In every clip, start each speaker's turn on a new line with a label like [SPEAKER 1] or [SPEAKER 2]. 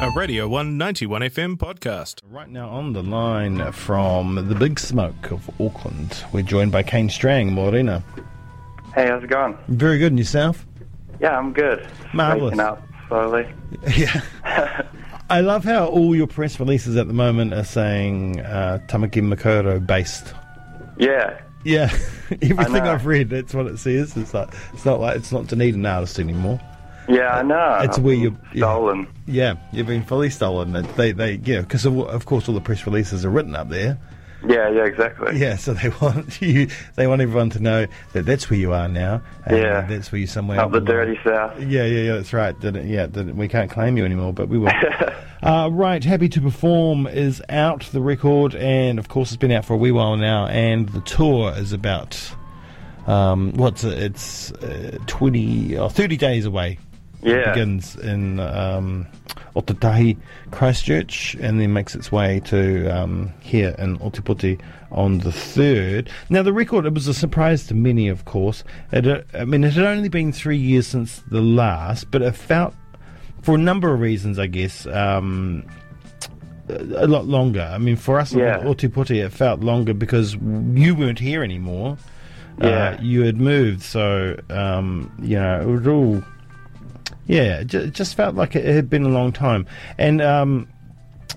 [SPEAKER 1] a Radio 191 FM podcast.
[SPEAKER 2] Right now on the line from the Big Smoke of Auckland, we're joined by Kane Strang, Morena.
[SPEAKER 3] Hey, how's it going?
[SPEAKER 2] Very good, and yourself?
[SPEAKER 3] Yeah, I'm good.
[SPEAKER 2] Marvellous.
[SPEAKER 3] Waking up slowly.
[SPEAKER 2] Yeah. I love how all your press releases at the moment are saying uh, Tamaki Makaurau based.
[SPEAKER 3] Yeah,
[SPEAKER 2] Yeah, everything
[SPEAKER 3] know.
[SPEAKER 2] I've read, that's what it says. It's like it's not like it's not Dunedin artist anymore.
[SPEAKER 3] yeah, I know.
[SPEAKER 2] It's where you-
[SPEAKER 3] stolen.
[SPEAKER 2] Yeah, you've been fully stolen. It- They, they, yeah, because of, of course all the press releases are written up there.
[SPEAKER 3] Yeah, yeah, exactly.
[SPEAKER 2] Yeah, so they want you, they want everyone to know that that's where you are now. and
[SPEAKER 3] Yeah.
[SPEAKER 2] that's where you somewhere.
[SPEAKER 3] Up the
[SPEAKER 2] belong.
[SPEAKER 3] dirty south.
[SPEAKER 2] Yeah, yeah, yeah, that's right. Did it, yeah, did it, we can't claim you anymore, but we will. uh, right, Happy to Perform is out, the record, and of course it's been out for a wee while now, and the tour is about, um, what's it, it's uh, 20, or 30 days away. It
[SPEAKER 3] Yeah.
[SPEAKER 2] begins in um, Otatahi, Christchurch, and then makes its way to um, here in Otipoti on the 3rd. Now, the record, it was a surprise to many, of course. It, uh, I mean, it had only been three years since the last, but it felt, for a number of reasons, I guess, um, a a lot longer. I mean, for us
[SPEAKER 3] Yeah.
[SPEAKER 2] in Otipoti, it felt longer because you weren't here anymore.
[SPEAKER 3] Yeah.
[SPEAKER 2] Uh, you had moved, so, um, you know, it was all. Yeah, it ju- it just felt like it had been a long time, and um,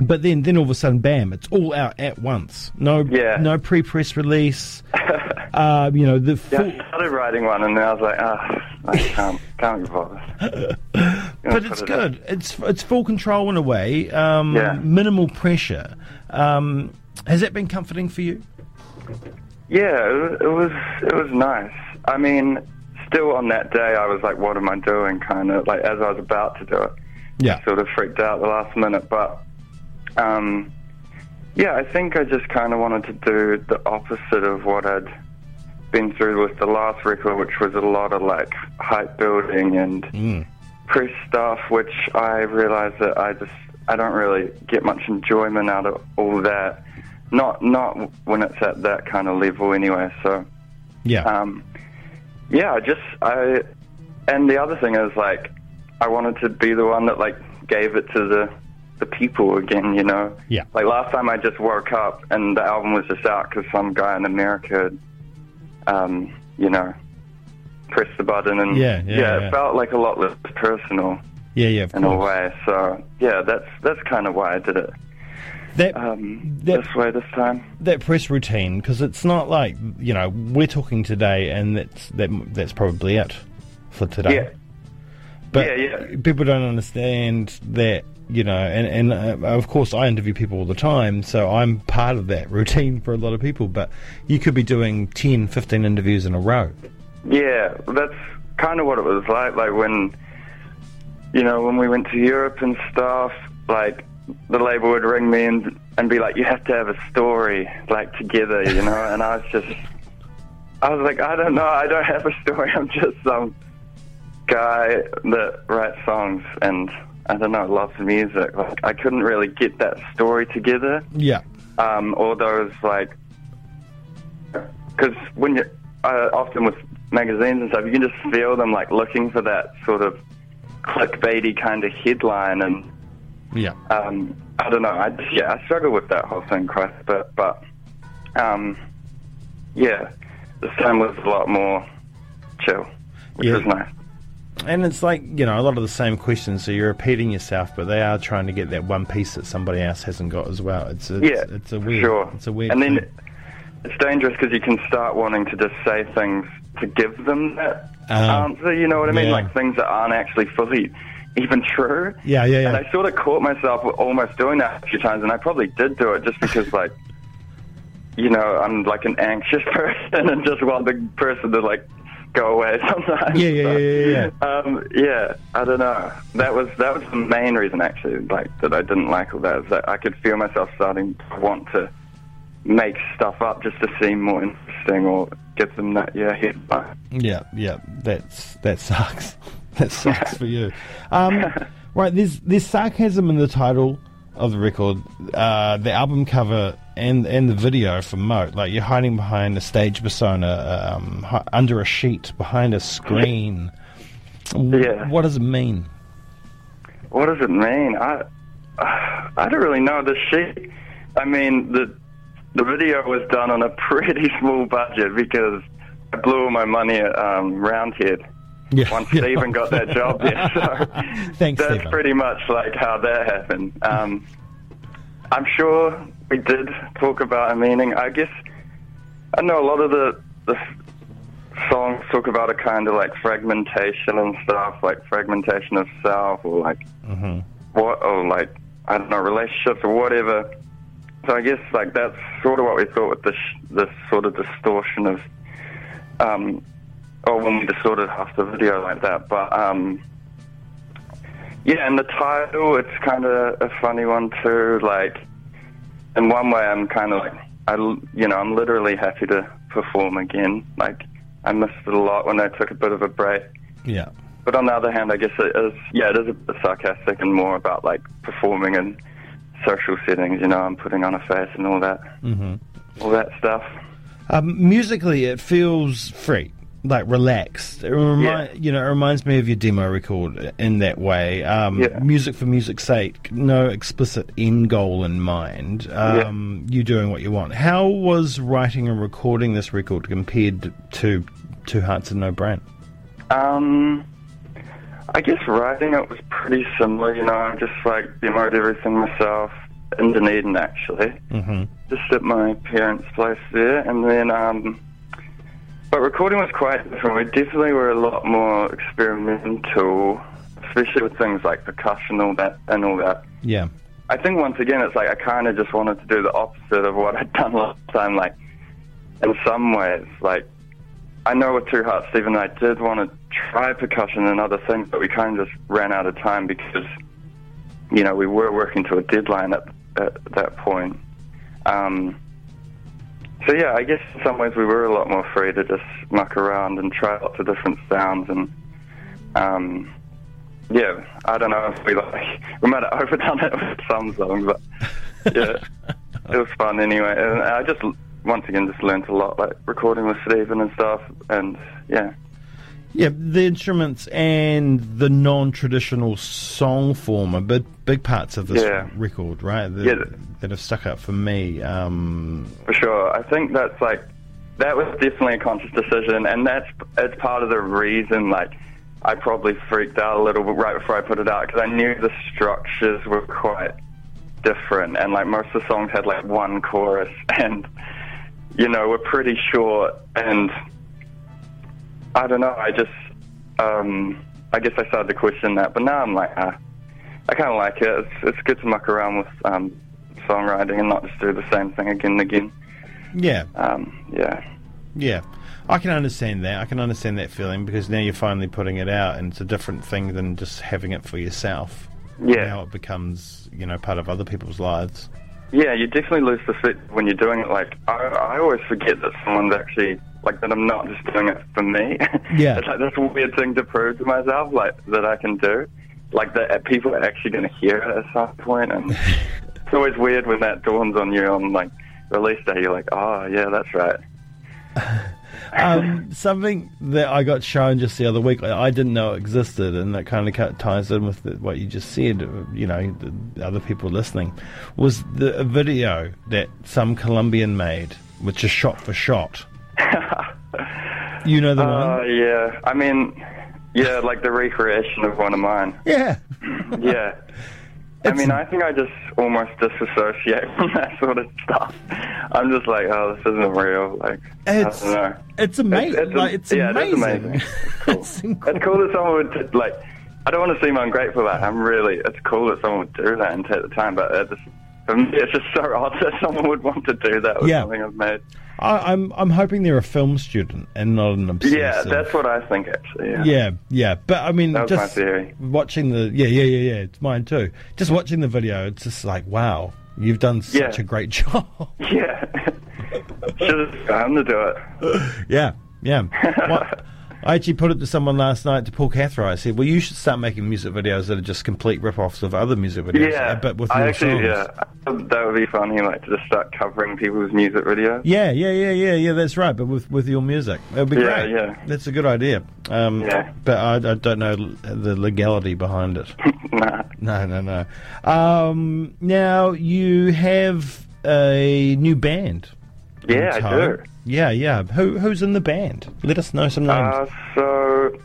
[SPEAKER 2] but then then all of a sudden, bam! It's all out at once. No,
[SPEAKER 3] Yeah.
[SPEAKER 2] no pre-press release. uh, you know the
[SPEAKER 3] Yeah,
[SPEAKER 2] full,
[SPEAKER 3] I started writing one, and then I was like, ah, I can't, can't be bothered.
[SPEAKER 2] but it's good. It's it's full control in a way. Um,
[SPEAKER 3] Yeah.
[SPEAKER 2] minimal pressure. Um, has that been comforting for you?
[SPEAKER 3] Yeah, it was, it was it was nice. I mean, still on that day, I was like, what am I doing? Kind of like as I was about to do it.
[SPEAKER 2] Yeah,
[SPEAKER 3] sort of freaked out the last minute. But um, yeah, I think I just kind of wanted to do the opposite of what I'd been through with the last record, which was a lot of like hype building and press stuff, which I realized that I just I don't really get much enjoyment out of all that. Not not when it's at that kind of level anyway. So
[SPEAKER 2] yeah,
[SPEAKER 3] um, yeah, I just I, and the other thing is like, I wanted to be the one that like gave it to the the people again, you know.
[SPEAKER 2] Yeah.
[SPEAKER 3] Like last time, I just woke up and the album was just out because some guy in America, had, um, you know, pressed the button and
[SPEAKER 2] Yeah, yeah, yeah.
[SPEAKER 3] it felt like a lot less personal
[SPEAKER 2] yeah, yeah. Of
[SPEAKER 3] in a
[SPEAKER 2] course.
[SPEAKER 3] way. So yeah, that's that's kind of why I did it
[SPEAKER 2] That
[SPEAKER 3] um,
[SPEAKER 2] That-
[SPEAKER 3] this way this time.
[SPEAKER 2] that press routine because it's not like you know we're talking today and that's that, that's probably it for today.
[SPEAKER 3] Yeah.
[SPEAKER 2] But
[SPEAKER 3] Yeah, yeah.
[SPEAKER 2] people don't understand that, you know, and, and uh, of course I interview people all the time, so I'm part of that routine for a lot of people, but you could be doing 10, 15 interviews in a row.
[SPEAKER 3] Yeah, that's kind of what it was like. Like when, you know, when we went to Europe and stuff, like the label would ring me and and be like, "You have to have a story, like together," you know. And I was just, I was like, I don't know, I don't have a story. I'm just some guy that writes songs and I don't know, loves music. Like I couldn't really get that story together
[SPEAKER 2] Yeah.
[SPEAKER 3] um, all those like because when you uh, often with magazines and stuff, you can just feel them like looking for that sort of clickbaity kind of headline, and
[SPEAKER 2] Yeah.
[SPEAKER 3] um, I don't know. I just, yeah, I struggle with that whole thing quite a bit, but um, yeah, this time was a lot more chill, which
[SPEAKER 2] Yeah.
[SPEAKER 3] was nice.
[SPEAKER 2] And it's like, you know, a lot of the same questions, so you're repeating yourself, but they are trying to get that one piece that somebody else hasn't got as well. It's a,
[SPEAKER 3] Yeah,
[SPEAKER 2] it's, it's a weird
[SPEAKER 3] Sure,
[SPEAKER 2] it's a weird
[SPEAKER 3] And then
[SPEAKER 2] thing.
[SPEAKER 3] it's dangerous because you can start wanting to just say things to give them that
[SPEAKER 2] Um,
[SPEAKER 3] answer. You know what I mean?
[SPEAKER 2] yeah.
[SPEAKER 3] Like things that aren't actually fully even true.
[SPEAKER 2] Yeah, yeah, yeah.
[SPEAKER 3] And I sort of caught myself almost doing that a few times, and I probably did do it just because, like, you know, I'm like an anxious person and just want the person to like go away sometimes.
[SPEAKER 2] Yeah, yeah,
[SPEAKER 3] So,
[SPEAKER 2] yeah, yeah,
[SPEAKER 3] Um, yeah, I don't know. That was that was the main reason actually, like that I didn't like all that. Is that I could feel myself starting to want to make stuff up just to seem more interesting or give them that yeah headline.
[SPEAKER 2] Yeah, yeah, that's that sucks. that sucks for you. Um, right, there's there's sarcasm in the title of the record, uh, the album cover, and and the video for Moat. Like you're hiding behind a stage persona, um, hi- under a sheet, behind a screen. W-
[SPEAKER 3] Yeah.
[SPEAKER 2] What does it mean?
[SPEAKER 3] What does it mean? I I don't really know. The sheet. I mean, the the video was done on a pretty small budget because I blew all my money at um, Roundhead
[SPEAKER 2] Yeah.
[SPEAKER 3] once
[SPEAKER 2] yeah.
[SPEAKER 3] Stephen got that job there. So
[SPEAKER 2] Thanks,
[SPEAKER 3] that's
[SPEAKER 2] Stephen.
[SPEAKER 3] pretty much like how that happened. Um, I'm sure we did talk about a meaning. I guess I know a lot of the, the s- songs talk about a kind of like fragmentation and stuff, like fragmentation of self, or like
[SPEAKER 2] Mm-hmm.
[SPEAKER 3] what, or like I don't know relationships or whatever. So I guess like that's sort of what we thought with this this sort of distortion of um, oh, when we distorted half the video like that. But um, yeah, and the title, it's kind of a funny one too. Like, in one way, I'm kind of like, I, l- you know, I'm literally happy to perform again. Like, I missed it a lot when I took a bit of a break.
[SPEAKER 2] yeah.
[SPEAKER 3] But on the other hand, I guess it is, yeah, it is a bit sarcastic and more about like performing in social settings. You know, I'm putting on a face and all that, mm-hmm. all that stuff.
[SPEAKER 2] Um, musically, it feels free, like relaxed. It remi-
[SPEAKER 3] Yeah.
[SPEAKER 2] you know, it reminds me of your demo record in that way. Um,
[SPEAKER 3] Yeah.
[SPEAKER 2] Music for music's sake, no explicit end goal in mind. Um, You doing what you want. How was writing and recording this record compared to Two Hearts and No Brain?
[SPEAKER 3] Um, I guess writing it was pretty similar. You know, I just like demoed everything myself in Dunedin, actually,
[SPEAKER 2] Mhm.
[SPEAKER 3] just at my parents' place there, and then. Um, but recording was quite different. We definitely were a lot more experimental, especially with things like percussion, all that, and all that.
[SPEAKER 2] Yeah,
[SPEAKER 3] I think once again, it's like I kind of just wanted to do the opposite of what I'd done last time. Like, in some ways, like, I know with Two Hearts, Stephen and I did want to try percussion and other things, but we kind of just ran out of time because, you know, we were working to a deadline at, at that point. Um, so, yeah, I guess in some ways we were a lot more free to just muck around and try lots of different sounds and, um, yeah, I don't know if we like we might have overdone it with some songs, but yeah, it was fun anyway. And I just once again just learnt a lot, like recording with Stephen and stuff, and yeah,
[SPEAKER 2] yeah. The instruments and the non-traditional song form are big, big parts of this
[SPEAKER 3] Yeah.
[SPEAKER 2] record, right? That,
[SPEAKER 3] Yeah.
[SPEAKER 2] that have stuck out for me. Um,
[SPEAKER 3] for sure. I think that's like that was definitely a conscious decision, and that's it's part of the reason like I probably freaked out a little bit right before I put it out because I knew the structures were quite different, and like most of the songs had like one chorus, and you know were pretty short, and I don't know, I just um, I guess I started to question that, but now I'm like. Uh, I kind of like it. It's, it's good to muck around with um, songwriting and not just do the same thing again and again.
[SPEAKER 2] yeah,
[SPEAKER 3] Um, yeah.
[SPEAKER 2] Yeah, I can understand that. I can understand that feeling because now you're finally putting it out, and it's a different thing than just having it for yourself.
[SPEAKER 3] Yeah.
[SPEAKER 2] Now it becomes, you know, part of other people's lives.
[SPEAKER 3] Yeah, you definitely lose perspective when you're doing it. Like, I, I always forget that someone's actually, like, that I'm not just doing it for me.
[SPEAKER 2] Yeah.
[SPEAKER 3] it's like this weird thing to prove to myself, like, that I can do. Like, that uh, people are actually going to hear it at some point. And it's always weird when that dawns on you on, like, release day. You're like, oh, yeah, that's right.
[SPEAKER 2] Um, something that I got shown just the other week, I I didn't know existed, and that kind of ties in with the, what you just said. uh, You know, the, the other people listening, was the a video that some Colombian made, which is shot for shot. you know the
[SPEAKER 3] Oh,
[SPEAKER 2] one,
[SPEAKER 3] yeah. I mean, yeah, like the recreation of one of mine.
[SPEAKER 2] yeah.
[SPEAKER 3] Yeah. I mean, I think I just almost disassociate from that sort of stuff. I'm just like, oh, this isn't real. Like,
[SPEAKER 2] It's
[SPEAKER 3] I don't know.
[SPEAKER 2] it's amazing.
[SPEAKER 3] It's- it's
[SPEAKER 2] like, it's
[SPEAKER 3] yeah, it is
[SPEAKER 2] amazing.
[SPEAKER 3] amazing.
[SPEAKER 2] It's incredible.
[SPEAKER 3] It's cool that someone would, t- like, I don't want to seem ungrateful. Like, I'm really, it's cool that someone would do that and take the time, but it's, for me, it's just so odd that someone would want to do that with
[SPEAKER 2] Yeah.
[SPEAKER 3] something I've made.
[SPEAKER 2] I, I'm I'm hoping they're a film student and not an obsessive.
[SPEAKER 3] Yeah, that's what I think, actually. Yeah.
[SPEAKER 2] yeah, yeah. But I mean,
[SPEAKER 3] That was
[SPEAKER 2] just
[SPEAKER 3] my theory.
[SPEAKER 2] watching the yeah, yeah, yeah, yeah. It's mine too. Just watching the video, it's just like wow, you've done such
[SPEAKER 3] Yeah.
[SPEAKER 2] a great job.
[SPEAKER 3] Yeah. Should have time to do it.
[SPEAKER 2] yeah, yeah. What- I actually put it to someone last night to Paul Cathro. I said, "Well, you should start making music videos that are just complete rip-offs of other music videos,
[SPEAKER 3] Yeah,
[SPEAKER 2] uh, but with
[SPEAKER 3] I
[SPEAKER 2] your
[SPEAKER 3] actually,
[SPEAKER 2] songs."
[SPEAKER 3] yeah, that would be funny, like to just start covering people's music videos.
[SPEAKER 2] Yeah, yeah, yeah, yeah, yeah. That's right. But with with your music, it would be
[SPEAKER 3] Yeah,
[SPEAKER 2] great.
[SPEAKER 3] yeah.
[SPEAKER 2] that's a good idea. Um,
[SPEAKER 3] Yeah.
[SPEAKER 2] but I, I don't know l- the legality behind it.
[SPEAKER 3] nah.
[SPEAKER 2] no, no, no. Um, now you have a new band. in
[SPEAKER 3] Yeah, I
[SPEAKER 2] tow.
[SPEAKER 3] do.
[SPEAKER 2] Yeah, yeah. Who who's in the band? Let us know some names.
[SPEAKER 3] Uh, so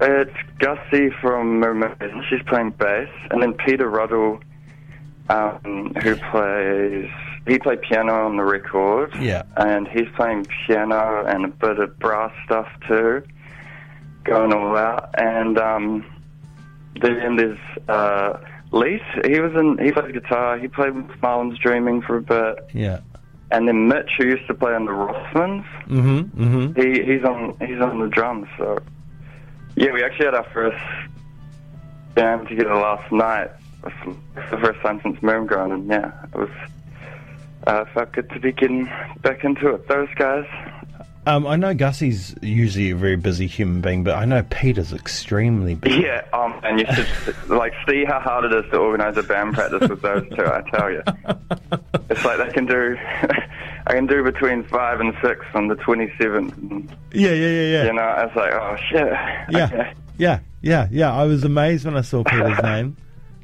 [SPEAKER 3] it's Gussie from Mermaid. She's playing bass, and then Peter Ruddle, um, who plays he played piano on the record.
[SPEAKER 2] Yeah.
[SPEAKER 3] and he's playing piano and a bit of brass stuff too, going all out. And um, then there's uh, Lease. He was in. He played guitar. He played with Marlon's Dreaming for a bit,
[SPEAKER 2] yeah.
[SPEAKER 3] and then Mitch, who used to play on the Rossmans.
[SPEAKER 2] Mm-hmm. Mm-hmm.
[SPEAKER 3] He he's on he's on the drums. So yeah, we actually had our first jam together last night. It's the first time since Moon Grown, and yeah, it was uh, felt good to be getting back into it. Those guys,
[SPEAKER 2] Um, I know Gussie's usually a very busy human being, but I know Peter's extremely busy.
[SPEAKER 3] yeah. Um, and you should like see how hard it is to organise a band practice with those two. I tell you, it's like they can do. I can do between five and six on the twenty seventh.
[SPEAKER 2] Yeah, yeah, yeah, yeah.
[SPEAKER 3] You know, I was like, oh shit.
[SPEAKER 2] Yeah,
[SPEAKER 3] Okay.
[SPEAKER 2] yeah, yeah, yeah. I was amazed when I saw Peter's name.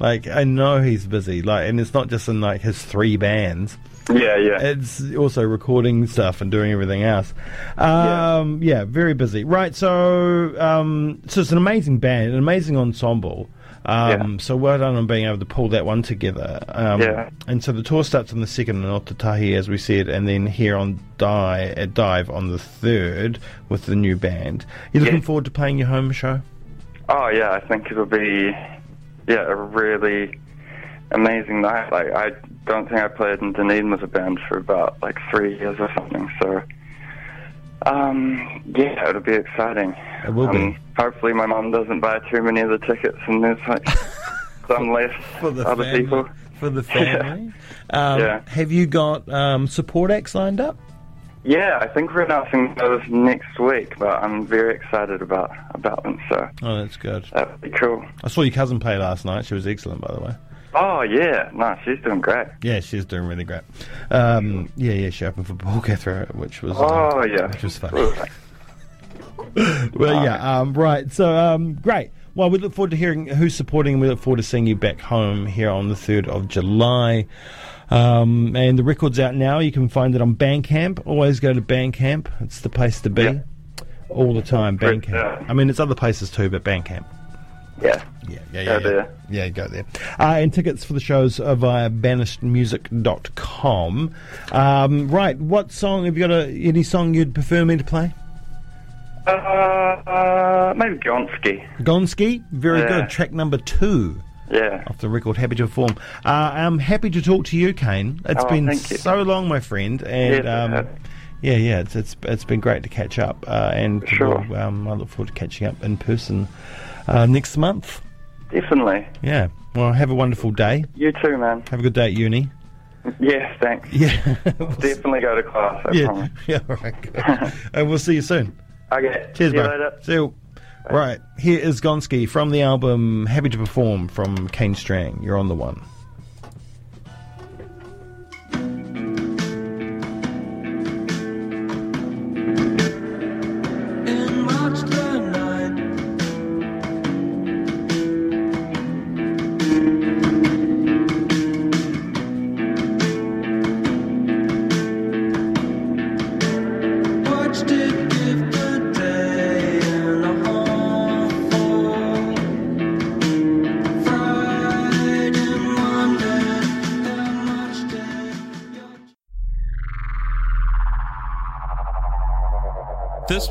[SPEAKER 2] Like, I know he's busy. Like, and it's not just in like his three bands.
[SPEAKER 3] Yeah, yeah.
[SPEAKER 2] It's also recording stuff and doing everything else. Um, yeah. very busy. Right. So, um, so it's an amazing band, an amazing ensemble. Um,
[SPEAKER 3] Yeah.
[SPEAKER 2] So well done on being able to pull that one together. Um,
[SPEAKER 3] Yeah.
[SPEAKER 2] And so the tour starts on the second in Otatahi, as we said, and then here on Dive, at Dive on the third with the new band. You looking
[SPEAKER 3] Yeah.
[SPEAKER 2] forward to playing your home show?
[SPEAKER 3] Oh yeah, I think it'll be yeah a really amazing night. Like I don't think I played in Dunedin with a band for about like three years or something. So um, yeah, it'll be exciting.
[SPEAKER 2] It will
[SPEAKER 3] um,
[SPEAKER 2] be.
[SPEAKER 3] Hopefully, my mum doesn't buy too many of the tickets, and there's like some less other people.
[SPEAKER 2] For the
[SPEAKER 3] family.
[SPEAKER 2] Um,
[SPEAKER 3] Yeah.
[SPEAKER 2] Have you got um, support acts lined up?
[SPEAKER 3] Yeah, I think we're announcing those next week, but I'm very excited about about them. So
[SPEAKER 2] Oh, that's good.
[SPEAKER 3] that'll be cool.
[SPEAKER 2] I saw your cousin play last night. She was excellent, by the way.
[SPEAKER 3] Oh yeah, no, she's doing great.
[SPEAKER 2] Yeah, she's doing really great. Um, yeah, yeah, she opened for Paul Cathro, which was uh,
[SPEAKER 3] Oh yeah,
[SPEAKER 2] which was funny. well, yeah, um, right. So um, great. Well, we look forward to hearing who's supporting, and we look forward to seeing you back home here on the third of July. Um, and the record's out now. You can find it on Bandcamp. Always go to Bandcamp. It's the place to be.
[SPEAKER 3] Yeah.
[SPEAKER 2] All the time,
[SPEAKER 3] Great,
[SPEAKER 2] Bandcamp.
[SPEAKER 3] yeah.
[SPEAKER 2] I mean, it's other places too, but Bandcamp.
[SPEAKER 3] Yeah.
[SPEAKER 2] Yeah, yeah, yeah.
[SPEAKER 3] Go
[SPEAKER 2] yeah.
[SPEAKER 3] there.
[SPEAKER 2] Yeah, go there. Uh, and tickets for the shows are via banishedmusic.com. Um, right, what song have you got? A, any song you'd prefer me to play?
[SPEAKER 3] Uh, uh, maybe Gonski.
[SPEAKER 2] Gonski, very
[SPEAKER 3] Yeah.
[SPEAKER 2] good. Track number two
[SPEAKER 3] Yeah.
[SPEAKER 2] off the record, Happy to Form. Uh, I'm happy to talk to you, Kane. It's
[SPEAKER 3] Oh,
[SPEAKER 2] been
[SPEAKER 3] thank you.
[SPEAKER 2] so long, my friend, and
[SPEAKER 3] Yeah,
[SPEAKER 2] um,
[SPEAKER 3] it has.
[SPEAKER 2] yeah, yeah, it's, it's it's been great to catch up, uh, and
[SPEAKER 3] Sure.
[SPEAKER 2] we'll, um, I look forward to catching up in person uh, next month.
[SPEAKER 3] Definitely.
[SPEAKER 2] Yeah, well, have a wonderful day.
[SPEAKER 3] You too, man.
[SPEAKER 2] Have a good day at uni.
[SPEAKER 3] Yeah, thanks.
[SPEAKER 2] Yeah. We'll see-
[SPEAKER 3] Definitely go to class, I
[SPEAKER 2] yeah.
[SPEAKER 3] promise.
[SPEAKER 2] Yeah. All right. Good. and we'll see you soon.
[SPEAKER 3] Okay.
[SPEAKER 2] Cheers,
[SPEAKER 3] See you
[SPEAKER 2] bro.
[SPEAKER 3] later.
[SPEAKER 2] See you. Right. Here is Gonski from the album Happy to Perform from Kane Strang. You're on the one.
[SPEAKER 4] And march the night. Watched it give the day and a half fall. Fried and wondered how much did
[SPEAKER 1] This